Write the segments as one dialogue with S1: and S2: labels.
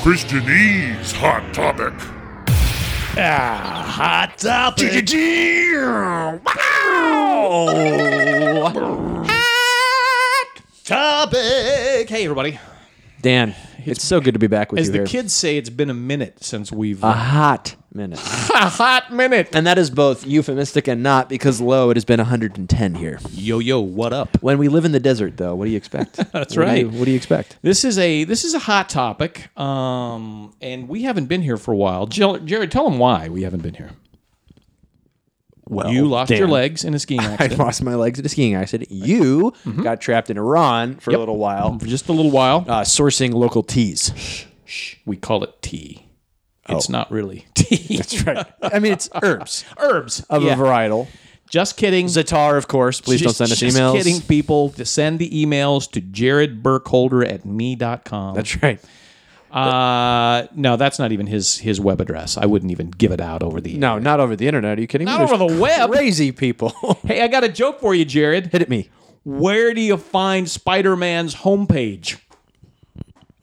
S1: Christianese Hot Topic.
S2: Ah, hot topic. hot topic. Hey, everybody.
S3: Dan, it's so good to be back with
S2: As
S3: you
S2: the
S3: here.
S2: kids say, it's been a minute since we've
S3: a hot minute.
S2: a hot minute.
S3: and that is both euphemistic and not because lo, it has been 110 here.
S2: Yo, yo, what up?
S3: When we live in the desert though, what do you expect? That's what do
S2: right.
S3: you- what do you expect?
S2: This is a this is a hot topic, um, and we haven't been here for a while. Jill, Jared, tell them why we haven't been here.
S3: Well,
S2: You lost your
S3: Dan,
S2: legs in a skiing
S3: I
S2: accident
S3: lost my legs in a skiing accident. You got trapped in Iran for a little while,
S2: for just a little while.
S3: uh, sourcing local teas.
S2: we call it tea.
S3: oh.
S2: It's not really tea. That's right.
S3: I mean, it's herbs
S2: Herbs
S3: of
S2: Yeah.
S3: a varietal.
S2: Just kidding.
S3: Zatar, of course. Please
S2: just,
S3: don't send us
S2: just
S3: emails.
S2: kidding, people. To send the emails to jaredburkholder at me.com.
S3: That's right.
S2: uh, no, that's not even his his web address. I wouldn't even give it out over the
S3: No, not over the internet. Are you kidding
S2: Not
S3: me?
S2: over the web.
S3: Crazy people.
S2: Hey, I got a joke for you, Jared.
S3: Hit at me.
S2: Where do you find Spider Man's homepage?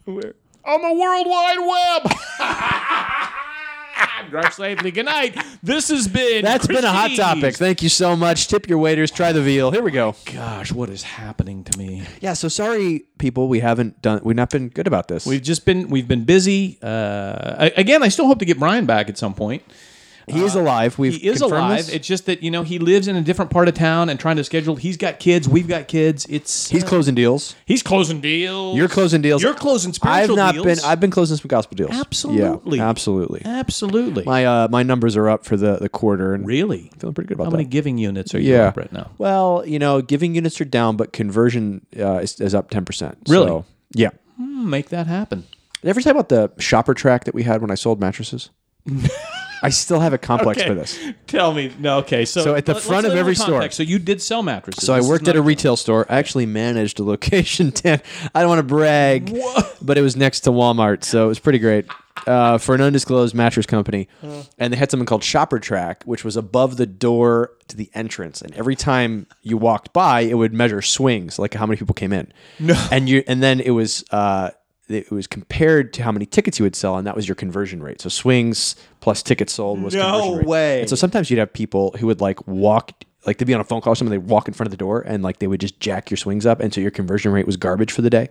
S2: Where? On the World Wide Web. Drive safely. Good night. This has been.
S3: That's been a hot
S2: Christie's.
S3: topic. Thank you so much. Tip your waiters. Try the veal. Here we go.
S2: Gosh, what is happening to me?
S3: Yeah. So sorry, people. We haven't done. We've not been good about this.
S2: We've just been we've been busy. Uh, I- again, I still hope to get Brian back at some point.
S3: he is alive. We've
S2: He is
S3: confirmed
S2: alive.
S3: this.
S2: It's just that you know he lives in a different part of town and trying to schedule. He's got kids. We've got kids. It's
S3: He's
S2: uh,
S3: closing deals.
S2: he's closing deals.
S3: You're closing deals.
S2: You're closing
S3: I've
S2: spiritual
S3: not
S2: deals.
S3: been. I've been closing some gospel deals.
S2: Absolutely.
S3: Yeah, absolutely.
S2: absolutely.
S3: My uh, my numbers are up for the the quarter and
S2: really?
S3: feeling pretty good about
S2: How
S3: that.
S2: many giving units are you
S3: yeah.
S2: up right now?
S3: Well, you know, giving units are down, but conversion uh, is, is up ten percent.
S2: Really?
S3: So, yeah.
S2: Hmm, Make that happen.
S3: Did I ever tell you about the shopper track that we had when I sold mattresses? I still have a complex for this.
S2: Tell me. No. Okay. So,
S3: So at the
S2: let's
S3: front
S2: set
S3: of
S2: it in
S3: every store-
S2: context. So you did sell mattresses.
S3: So I
S2: This is
S3: worked
S2: not-
S3: at a retail store. I actually managed a location. Dan, I don't want to brag, but it was next to Walmart, so it was pretty great uh, for an undisclosed mattress company.
S2: Mm.
S3: And they had something called Shopper Track, which was above the door to the entrance. And every time you walked by, it would measure swings, like how many people came in. No, and you and then it was. Uh, it was compared to how many tickets you would sell, and that was your conversion rate. So swings plus tickets sold was
S2: No
S3: conversion rate.
S2: way.
S3: And so sometimes you'd have people who would like walk, like they'd be on a phone call or something, they'd walk in front of the door and like they would just jack your swings up. And so your conversion rate was garbage for the day.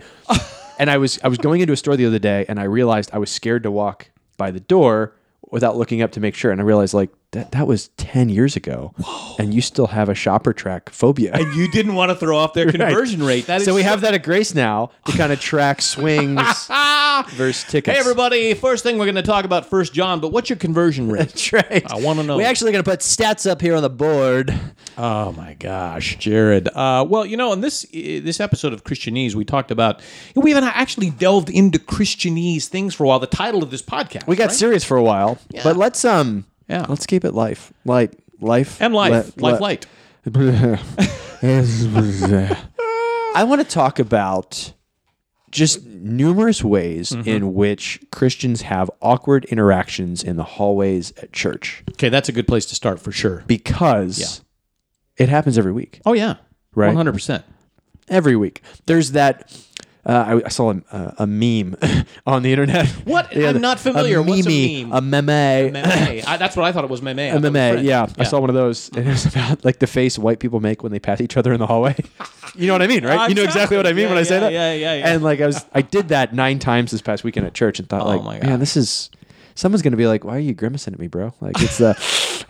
S3: and I was, I was going into a store the other day and I realized I was scared to walk by the door without looking up to make sure. And I realized like that, that was 10 years ago and you still have a shopper track phobia.
S2: And you didn't want to throw off their conversion rate. That is
S3: so we have that at Grace now to kind of track swings
S2: Ah.
S3: versus tickets.
S2: Hey everybody! First thing we're going to talk about First John, but what's your conversion rate?
S3: That's right.
S2: I wanna know.
S3: We're actually going to put stats up here on the board.
S2: oh my gosh, Jared. Uh, well, you know, in this uh, this episode of Christianese, we talked about we haven't actually delved into Christianese things for a while. The title of this podcast
S3: We got
S2: right?
S3: serious for a while, but let's um,
S2: Yeah.
S3: let's keep it life, light, life,
S2: and life, life, light.
S3: I want to talk about just numerous ways
S2: Mm-hmm.
S3: in which Christians have awkward interactions in the hallways at church
S2: Okay, that's a good place to start for sure.
S3: because it happens every week.
S2: Oh yeah,
S3: Right.
S2: one hundred percent.
S3: Every week, there's that. Uh, I, I saw a, a meme on the internet.
S2: What?
S3: The
S2: I'm
S3: other-
S2: not familiar. What's a
S3: meme-y,
S2: meme?
S3: A meme.
S2: Meme. I, that's what I thought it was. Meme. I thought it was
S3: MMA,
S2: French.
S3: yeah, I saw one of those, and it was about like the face white people make when they pass each other in the hallway. you know what I mean, right? You know exactly what I mean
S2: Oh, Yeah,
S3: when I say
S2: yeah,
S3: that.
S2: yeah, yeah, yeah. Oh
S3: And like I was, I did that nine times this past weekend at church, and thought like,
S2: my
S3: man, this is someone's gonna be like, why are you grimacing at me, bro? Like it's the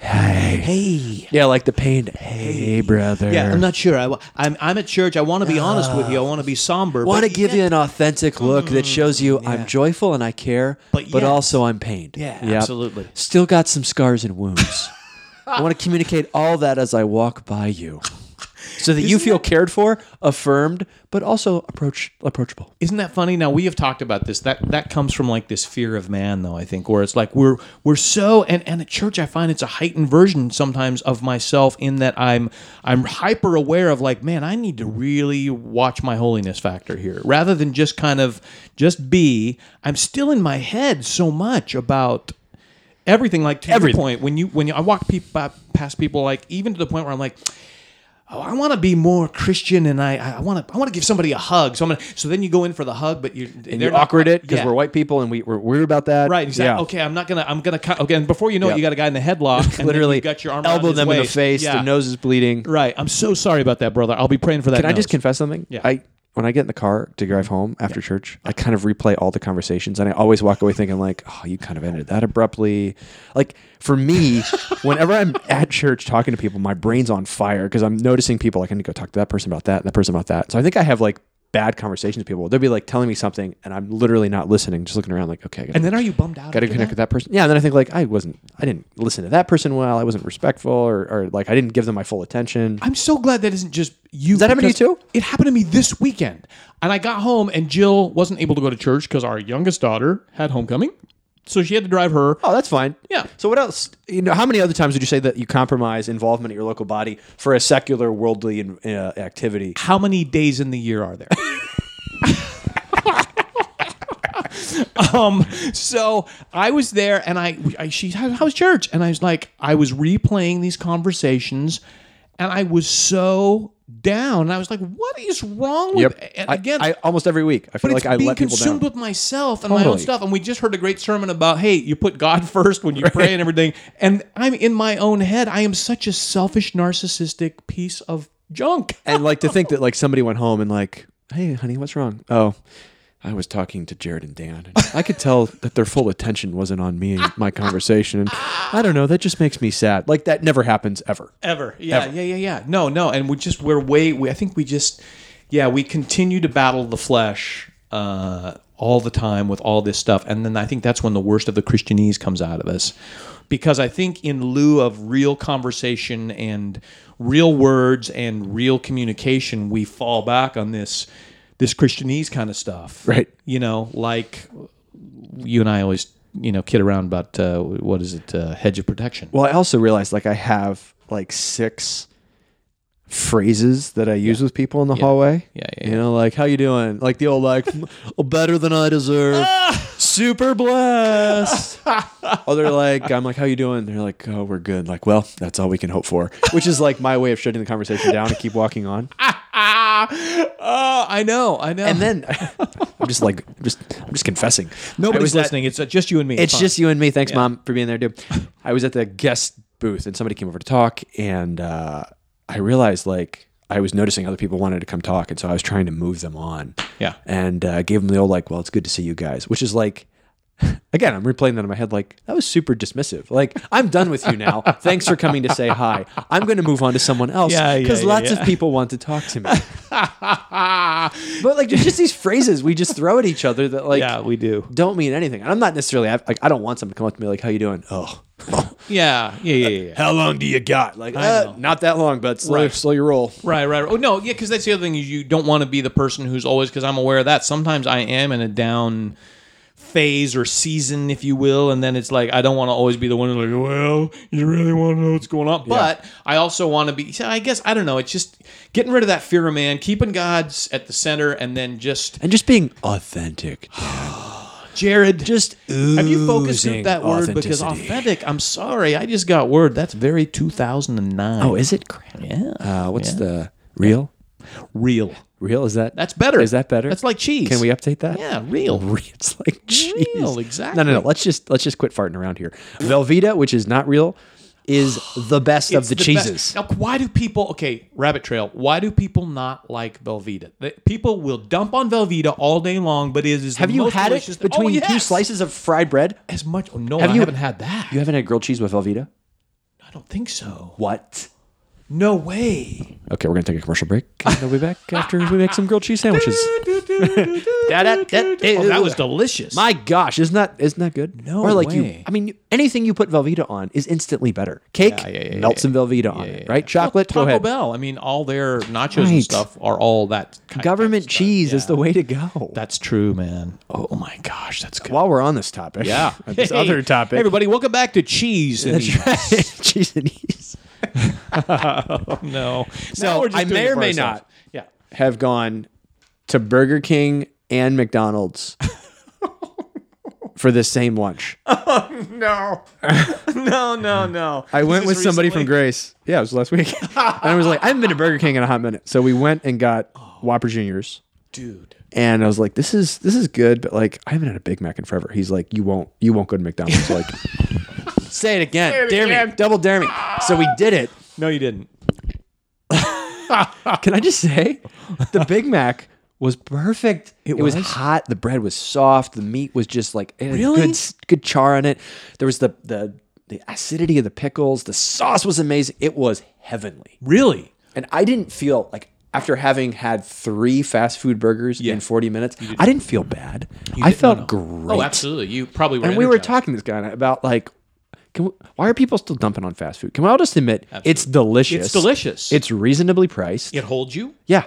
S3: hey, hey, yeah, like the pain. Hey, brother.
S2: Yeah, I'm not sure. I, am I'm at church. I want to be honest with you. I want to be somber.
S3: Want to
S2: but- Mm-hmm.
S3: give you an authentic look that shows you I'm joyful and I care,
S2: But
S3: but,
S2: yet-
S3: also I'm pained.
S2: Yeah,
S3: Yep.
S2: absolutely.
S3: Still got some scars and wounds. I want to communicate all that as I walk by you, so that you feel cared for, affirmed, but also approach approachable.
S2: Isn't that funny? Now we have talked about this. That that comes from like this fear of man, though. I think where it's like we're we're so and and at church I find it's a heightened version sometimes of myself in that I'm I'm hyper aware of like man I need to really watch my holiness factor here rather than just kind of just be. I'm still in my head so much about everything. Like to your
S3: Everything.
S2: point when you when you, I walk people past people like even to the point where I'm like oh, I want to be more Christian and I I want to I want to give somebody a hug. So I'm gonna, so then you go in for the hug, but you
S3: and you awkward it because we're white people and we, we're weird about that.
S2: Right, exactly. Okay, I'm not gonna. I'm gonna. Cut, okay, and before you know
S3: Yep.
S2: it, you got a guy in the headlock. And then
S3: Literally,
S2: you got your arm around
S3: elbow
S2: his
S3: them in the
S2: waist.
S3: face.
S2: Yeah.
S3: Their nose is bleeding.
S2: Right. I'm so sorry about that, brother. I'll be praying for that.
S3: Can I just
S2: nose.
S3: confess something?
S2: Yeah. Mm-hmm.
S3: I when I get in the car to drive home after church, I kind of replay all the conversations, and I always walk away thinking like, "Oh, you kind of ended that abruptly." Like for me, whenever I'm at church talking to people, my brain's on fire because I'm noticing people. Like I need to go talk to that person about that, that person about that. So I think I have like bad conversations with people. They'll be like telling me something, and I'm literally not listening, just looking around like, "Okay." I gotta
S2: And then are you bummed out?
S3: got to
S2: after
S3: connect
S2: that?
S3: with that person. Yeah, and then I think like I wasn't, I didn't listen to that person well. I wasn't respectful, or, or like I didn't give them my full attention.
S2: I'm so glad that isn't just you. Does
S3: that happen to you too?
S2: It happened to me this weekend, and I got home, and Jill wasn't able to go to church because our youngest daughter had homecoming, so she had to drive her.
S3: Oh, that's fine.
S2: Yeah.
S3: So what else? You know, how many other times would you say that you compromise involvement at your local body for a secular, worldly uh, activity?
S2: How many days in the year are there? um so i was there and i, I she how was church and i was like i was replaying these conversations and i was so down and i was like what is wrong with and
S3: I-
S2: again
S3: I, almost every week I feel
S2: but
S3: like
S2: it's
S3: I
S2: being
S3: let people down.
S2: consumed with myself and my own
S3: Totally.
S2: stuff. And we just heard a great sermon about, hey, you put God first when you pray and everything. And I'm in my own head. I am such a selfish, narcissistic piece of junk.
S3: and like to think that like somebody went home and like, hey, honey, what's wrong? Oh, I was talking to Jared and Dan. And I could tell that their full attention wasn't on me and my conversation. And I don't know, that just makes me sad. Like that never happens ever.
S2: Ever. Yeah, yeah, yeah, yeah. No, no. And we just, we're way, we, I think we just, yeah, we continue to battle the flesh uh, all the time with all this stuff. And then I think that's when the worst of the Christianese comes out of us. Because I think in lieu of real conversation and real words and real communication, we fall back on this this Christianese kind of stuff.
S3: Right.
S2: You know, like you and I always, you know, kid around about uh, what is it, uh, hedge of protection.
S3: Well, I also realized like I have like six phrases that I use with people in the hallway.
S2: Yeah, yeah,
S3: You know, like how you doing? Like the old like "Oh, better than I deserve. Super blessed. oh, they're like, I'm like, how you doing? They're like, oh, we're good. Like, well, that's all we can hope for. Which is like my way of shutting the conversation down and keep walking on.
S2: ah, oh, I know, I know.
S3: And then I'm just like, just I'm just confessing. I
S2: Nobody's
S3: was at-
S2: listening. It's uh, just you and me.
S3: It's
S2: fine.
S3: just you and me. Thanks, mom, for being there, dude. I was at the guest booth and somebody came over to talk, and uh, I realized like I was noticing other people wanted to come talk, and so I was trying to move them on.
S2: Yeah.
S3: and uh, I gave them the old like, "Well, it's good to see you guys," which is like. Again, I'm replaying that in my head. Like that was super dismissive. Like I'm done with you now. Thanks for coming to say hi. I'm going to move on to someone else
S2: Yeah, yeah,
S3: because
S2: yeah,
S3: lots
S2: yeah.
S3: of people want to talk to me. but like, there's just these phrases we just throw at each other that like,
S2: yeah, we do.
S3: don't mean anything. And I'm not necessarily I- like I don't want someone to come up to me like, "How you doing?" Oh,
S2: Yeah, yeah, yeah, yeah.
S3: how long do you got? Like, uh, not that long, but slow,
S2: Right.
S3: slow your roll.
S2: Right, right. right. Oh no, yeah, because that's the other thing is you don't want to be the person who's always because I'm aware of that. Sometimes I am in a down phase or season, if you will, and then it's like I don't want to always be the one who's like, well, you really want to know what's going on, but I also want to be. So I guess I don't know. It's just getting rid of that fear of man, keeping God's at the center, and then just
S3: And just being authentic.
S2: Jared.
S3: Just
S2: Have you focused
S3: oozing
S2: on that word? Because
S3: authenticity.
S2: authentic, I'm sorry, I just got word. That's very 2009.
S3: Oh, is it? Crap.
S2: yeah.
S3: Uh, what's the real?
S2: real.
S3: Real is that?
S2: That's better.
S3: Is that better?
S2: That's like cheese.
S3: Can we update that?
S2: Yeah, real.
S3: Real. It's like cheese.
S2: Real, exactly.
S3: No, no, no. Let's just let's just quit farting around here. Velveeta, which is not real, is the best of the,
S2: It's best-
S3: cheeses.
S2: Now, why do people? Okay, rabbit trail. Why do people not like Velveeta? The- people will dump on Velveeta all day long, but it is.
S3: Have
S2: the
S3: you
S2: most
S3: had
S2: delicious
S3: it
S2: thing-
S3: between
S2: oh,
S3: two
S2: yes!
S3: slices of fried bread?
S2: As much? Oh, no,
S3: Have
S2: I
S3: you-
S2: haven't had that.
S3: You haven't had grilled cheese with Velveeta?
S2: I don't think so.
S3: What?
S2: No way.
S3: Okay, we're gonna take a commercial break, and we'll be back after we make some grilled cheese sandwiches. Da- da- da-
S2: oh, that was delicious.
S3: My gosh, isn't that isn't that good?
S2: No
S3: or like you.
S2: way.
S3: I mean, anything you put Velveeta on is instantly better. Cake
S2: Yeah, yeah, yeah,
S3: melts some Velveeta on it, right? Chocolate.
S2: Taco
S3: go ahead.
S2: Bell. I mean, all their nachos
S3: Right.
S2: and stuff are all that. Kind
S3: Government cheese is the way to go.
S2: That's true, man. Oh my gosh, that's good.
S3: While we're on this topic,
S2: Yeah.
S3: this
S2: Hey,
S3: other topic.
S2: Everybody, welcome back to cheese. And
S3: That's right. cheese and ease.
S2: no. So
S3: No, I may or may not.
S2: Yeah.
S3: Have gone to Burger King and McDonald's for the same lunch.
S2: No, no, no, no.
S3: Mm-hmm. I went with
S2: This is
S3: somebody from
S2: recently?
S3: Grace. Yeah, it was last week. and I was like, I haven't been to Burger King in a hot minute. So we went and got Whopper Juniors.
S2: dude.
S3: And I was like, this is this is good, but like I haven't had a Big Mac in forever. He's like, you won't you won't go to McDonald's. Like Say it again.
S2: it
S3: dare me.
S2: again.
S3: Double dare me. So we did it.
S2: No, you didn't.
S3: Can I just say the Big Mac was perfect. It, was?
S2: was?
S3: hot. The bread was soft. The meat was just like it had
S2: Really?
S3: good, s- good char on it. There was the the the acidity of the pickles. The sauce was amazing. It was heavenly.
S2: Really?
S3: And I didn't feel like after having had three fast food burgers in 40 minutes, I didn't feel bad. I felt great.
S2: Oh, absolutely. You probably were.
S3: And we were
S2: energized.
S3: talking to this guy about like, can we, why are people still dumping on fast food? Can we all just admit it's delicious?
S2: It's delicious.
S3: It's reasonably priced.
S2: it holds you.
S3: Yeah.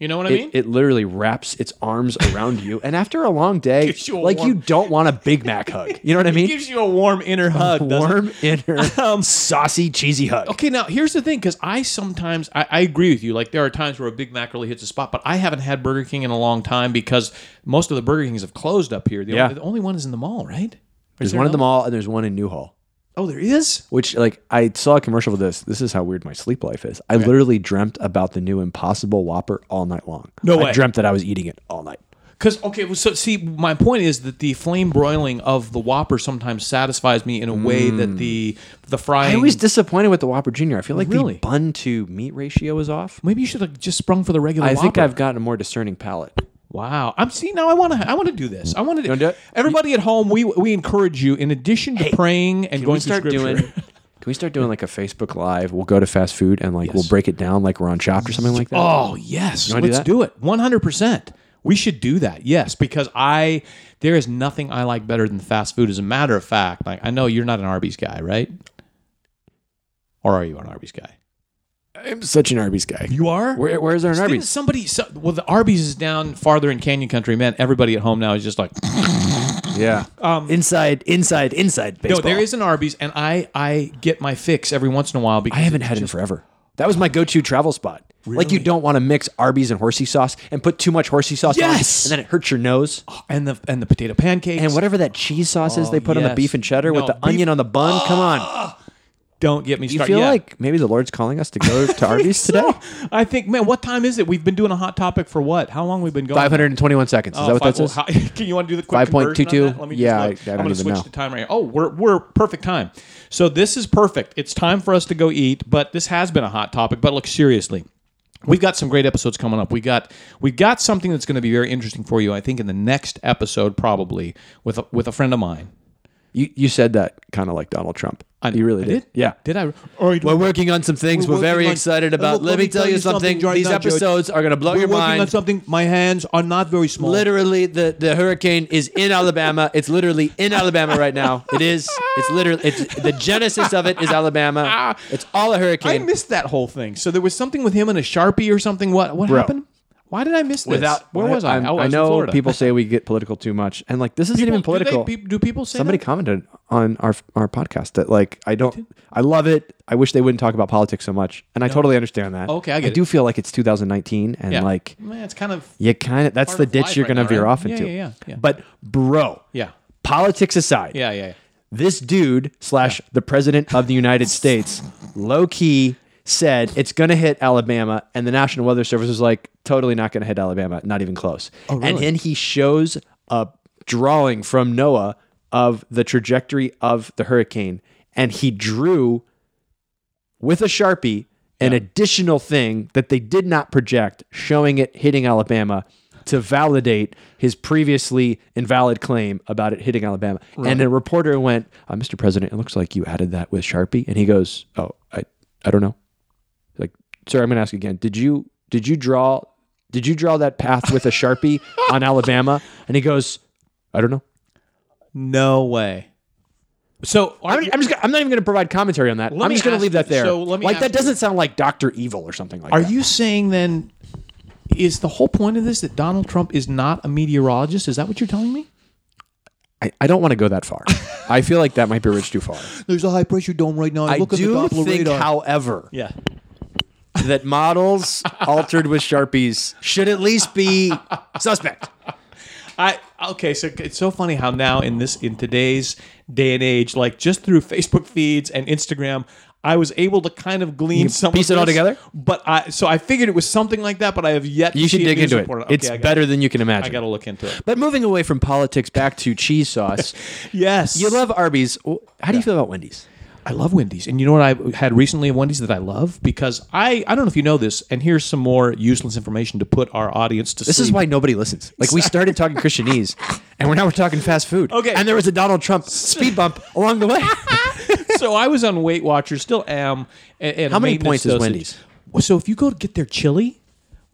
S2: You know what I
S3: It,
S2: mean?
S3: it literally wraps its arms around you, and after a long day,
S2: Gives you a
S3: like you
S2: warm-
S3: don't want a Big Mac hug. You know what I
S2: It
S3: mean?
S2: gives you a warm inner hug. doesn't it? Um,
S3: Warm inner, saucy, cheesy hug.
S2: Okay, now here's the thing, because I sometimes I, I agree with you. Like there are times where a Big Mac really hits a spot, but I haven't had Burger King in a long time because most of the Burger Kings have closed up here. The,
S3: Yeah.
S2: only, the only one is in the mall, right?
S3: There's one at the mall, and there's one in Newhall.
S2: Oh, there is.
S3: Which, like, I saw a commercial for this. This is how weird my sleep life is. I literally dreamt about the new Impossible Whopper all night long.
S2: No
S3: I
S2: way.
S3: dreamt that I was eating it all night.
S2: Because okay, well, so see, my point is that the flame broiling of the Whopper sometimes satisfies me in a way that the the frying.
S3: Mm. I was disappointed with the Whopper Junior. I feel like
S2: Really?
S3: the bun to meat ratio is off.
S2: Maybe you should have just sprung for the regular.
S3: I think
S2: Whopper.
S3: I've gotten a more discerning palate.
S2: Wow, I'm see now. I want to. I want to do this. I want to
S3: wanna do it?
S2: Everybody at home, we we encourage you. In addition to praying and
S3: Can
S2: going
S3: we start
S2: through scripture,
S3: doing? Can we start doing like a Facebook Live? We'll go to fast food and like we'll break it down like we're on Chopped or something like that.
S2: Oh yes,
S3: wanna do
S2: let's
S3: that?
S2: do, it. One hundred percent. We should do that. Yes, because I there is nothing I like better than fast food. As a matter of fact, like I know you're not an Arby's guy, right? Or are you an Arby's guy?
S3: I'm such an Arby's guy.
S2: You are.
S3: Where, where's our
S2: Didn't
S3: Arby's?
S2: somebody? So, well, the Arby's is down farther in Canyon Country. Man, everybody at home now is just like,
S3: Yeah. inside, inside, inside.
S2: Um, no,
S3: Baseball.
S2: there is an Arby's, and I I get my fix every once in a while because
S3: I haven't had it in forever. That was my go-to travel spot. Like you don't want to mix Arby's and horsey sauce and put too much horsey sauce.
S2: Yes! Oh,
S3: On, and then it hurts your nose.
S2: and the and the potato pancakes
S3: And whatever that cheese sauce is they put on the
S2: Oh, yes.
S3: beef and cheddar with
S2: No,
S3: the
S2: beef-
S3: onion on the bun. Come on.
S2: Don't get me
S3: You
S2: started.
S3: feel
S2: Yeah.
S3: like maybe the Lord's calling us to go to Arby's today?
S2: I think, man, what time is it? We've been doing a hot topic for what? How long we've been going?
S3: 521 seconds. Is
S2: Oh,
S3: that what
S2: five-
S3: that says?
S2: well, how- can you want to do the quick
S3: 5.22?
S2: conversion on that? Let me just
S3: Yeah,
S2: look.
S3: I- I
S2: I'm
S3: don't
S2: gonna
S3: even
S2: switch
S3: know.
S2: the time right here. Oh, we're we're perfect time. So this is perfect. It's time for us to go eat. But this has been a hot topic. But look seriously. We've got some great episodes coming up. We got we got something that's going to be very interesting for you. I think in the next episode, probably with a, with a friend of mine.
S3: You you said that kind of like Donald Trump. you really
S2: I
S3: did. Yeah.
S2: Did I? Or
S3: We're working on some things
S2: We're
S3: we're,
S2: working
S3: very
S2: on-
S3: excited
S2: Look,
S3: about. let, me tell, you something.
S2: right
S3: These
S2: now, George.
S3: episodes are going to blow
S2: We're
S3: your
S2: working on
S3: mind.
S2: something. My hands are not very small.
S3: Literally, the, the hurricane is in Alabama. It's literally in Alabama right now. It is. It's literally. It's the genesis of it is Alabama. It's all a
S2: I
S3: hurricane.
S2: missed that whole thing. So there was something with him and a sharpie or something. What what
S3: Bro.
S2: happened? Why did I miss this? where was I?
S3: I'm-
S2: Oh, was in
S3: know
S2: Florida.
S3: people say we get political too much, and like this isn't
S2: People-
S3: even
S2: do they-
S3: political.
S2: pe- Do people say
S3: Somebody
S2: that?
S3: commented on our our podcast that like I don't I love it. I wish they wouldn't talk about politics so much, and I totally understand that.
S2: Okay, I get
S3: I
S2: it.
S3: do feel like it's 2019, and
S2: Yeah.
S3: like
S2: Man, it's kind of
S3: you kind of that's
S2: Part
S3: the
S2: of
S3: ditch
S2: life
S3: you're
S2: right
S3: gonna
S2: now,
S3: veer
S2: right?
S3: off
S2: Yeah,
S3: into.
S2: yeah, yeah, yeah.
S3: But bro,
S2: yeah,
S3: politics aside,
S2: yeah, yeah. yeah.
S3: this dude slash the president of the United States, low key said it's going to hit Alabama, and the National Weather Service was like, totally not going to hit Alabama, not even close. And then he shows a drawing from NOAA of the trajectory of the hurricane, and he drew with a sharpie an additional thing that they did not project, showing it hitting Alabama to validate his previously invalid claim about it hitting Alabama. And a reporter went, uh, "Mr. President, it looks like you added that with sharpie." And he goes, "Oh, I, I don't know." Like, sir, I'm going to ask again. Did you did you draw did you draw that path with a sharpie on Alabama? And he goes, "I don't know."
S2: No way. So are
S3: I'm,
S2: you,
S3: I'm just. gonna- I'm not even going to provide commentary on that. I'm
S2: me
S3: just going
S2: ask
S3: to leave that
S2: you-
S3: there.
S2: so let me
S3: like that
S2: ask you-
S3: doesn't sound like Doctor Evil or something like
S2: are
S3: that.
S2: you saying then is the whole point of this that Donald Trump is not a meteorologist? Is that what you're telling me?
S3: I, I don't want to go that far. I feel like that might be rich too far.
S2: There's a high pressure dome right now.
S3: I do think, however,
S2: yeah.
S3: that models altered with sharpies should at least be suspect.
S2: I okay, so it's so funny how now in this in today's day and age, like just through Facebook feeds and Instagram, I was able to kind of glean some
S3: piece
S2: of
S3: it all
S2: this,
S3: together?
S2: But I so I figured it was something like that, but I have yet.
S3: You
S2: to
S3: should
S2: see
S3: dig
S2: being
S3: into it.
S2: supported. Okay,
S3: it's
S2: I gotta-
S3: better than you can
S2: I
S3: imagine.
S2: got to look into it.
S3: But moving away from politics back to cheese sauce,
S2: Yes,
S3: you love Arby's. How do you feel about Wendy's?
S2: I love Wendy's. And you know what I had recently at Wendy's that I love? Because I, I don't know if you know this, and here's some more useless information to put our audience to
S3: This is why nobody listens. Like we started talking Christianese, and we're now we're talking fast food.
S2: Okay.
S3: and there was a Donald Trump speed bump along the way.
S2: so I was on Weight Watchers, still am. And, and
S3: How many
S2: maintenance
S3: points is
S2: dosage.
S3: Wendy's?
S2: Well, So if you go to get their chili,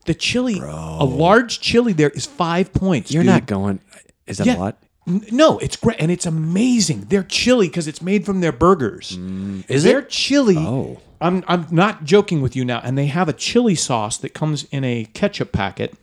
S2: the chili, a large chili there is five points.
S3: You're
S2: dude.
S3: not going. Is that
S2: Yeah.
S3: a lot?
S2: N- No, it's great and it's amazing. Their chili because it's made from their burgers.
S3: Mm, is
S2: their
S3: it?
S2: chili?
S3: Oh.
S2: I'm I'm not joking with you now. And they have a chili sauce that comes in a ketchup packet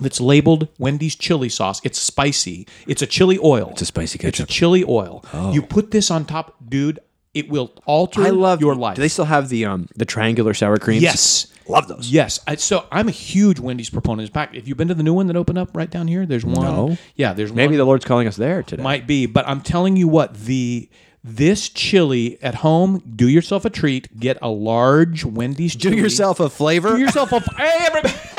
S2: that's labeled Wendy's chili sauce. It's spicy. It's a chili oil. It's
S3: a spicy
S2: It's a
S3: ketchup.
S2: chili oil. You put this on top, dude. It will alter
S3: Oh. I love
S2: your life.
S3: Do they still have the um the triangular sour creams?
S2: Yes.
S3: love those.
S2: Yes. I, so I'm a huge Wendy's proponent. In fact, if you've been to the new one that opened up right down here, there's one.
S3: No.
S2: Yeah, there's
S3: Maybe
S2: one.
S3: the Lord's calling us there today.
S2: Might be, but I'm telling you what the this chili at home. Do yourself a treat. Get a large Wendy's.
S3: Do
S2: chili.
S3: yourself a flavor.
S2: Do yourself a. hey, everybody.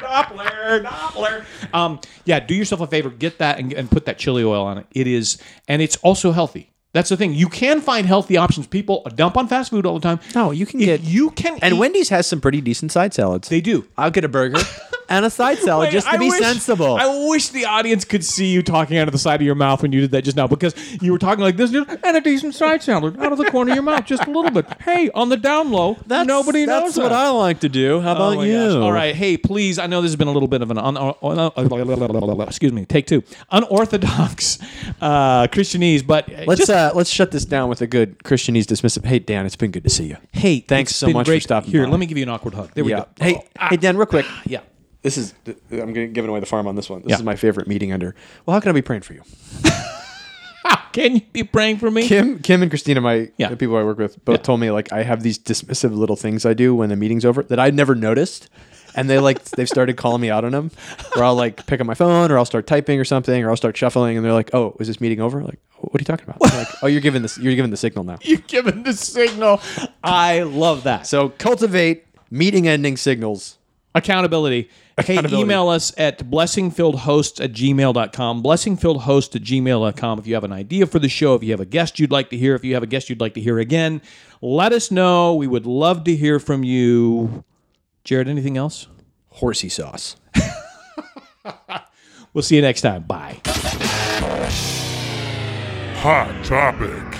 S2: Doppler, Doppler. Um, yeah, do yourself a favor. Get that and, and put that chili oil on it. It is, and it's also healthy. That's the thing. You can find healthy options. People dump on fast food all the time.
S3: No, you can
S2: If
S3: get-
S2: You can.
S3: and
S2: eat-
S3: Wendy's has some pretty decent side salads.
S2: they do.
S3: I'll get a burger and a side salad
S2: Wait,
S3: just to
S2: I
S3: be
S2: wish-
S3: sensible.
S2: I wish the audience could see you talking out of the side of your mouth when you did that just now because you were talking like this dude, and a decent side salad out of the corner of your mouth just a little bit. Hey, on the down low,
S3: That's-
S2: nobody knows
S3: That's what
S2: that.
S3: I like to do. How
S2: Oh
S3: about
S2: my
S3: you?
S2: gosh. All right. Hey, please. I know this has been a little bit of an un- un- un- excuse me. Take two. Unorthodox uh, Christianese, but uh,
S3: Let's
S2: just-
S3: uh, let's shut this down with a good Christianese dismissive. Hey Dan, it's been good to see you.
S2: hey,
S3: thanks
S2: it's
S3: so
S2: been
S3: much for
S2: great.
S3: stopping
S2: Here,
S3: by.
S2: let me give you an awkward hug. There we
S3: Yeah.
S2: go. Oh, ah,
S3: Hey, hey Dan, real quick.
S2: yeah.
S3: This is I'm gonna- giving away the farm on this one. This
S2: Yeah.
S3: is my favorite meeting under. Well, how can I be praying for you?
S2: Ah, Can you be praying for me?
S3: Kim, Kim and Christina, my
S2: Yeah.
S3: the people I work with, both
S2: Yeah.
S3: told me like I have these dismissive little things I do when the meeting's over that I've never noticed, and they like they've started calling me out on them. Where I'll like pick up my phone, or I'll start typing or something, or I'll start shuffling, and they're like, "Oh, is this meeting over?" Like, what are you talking about? They're like, oh, you're giving this, you're giving the signal now.
S2: You're giving the signal. I love that.
S3: So cultivate meeting-ending signals.
S2: accountability. Hey,
S3: Accountability.
S2: email us at blessingfilledhosts at gmail.com. Blessingfilledhosts at gmail.com. If you have an idea for the show, if you have a guest you'd like to hear, if you have a guest you'd like to hear again, let us know. We would love to hear from you. Jared, anything else?
S3: Horsey sauce.
S2: We'll see you next time. Bye.
S1: Hot Topic.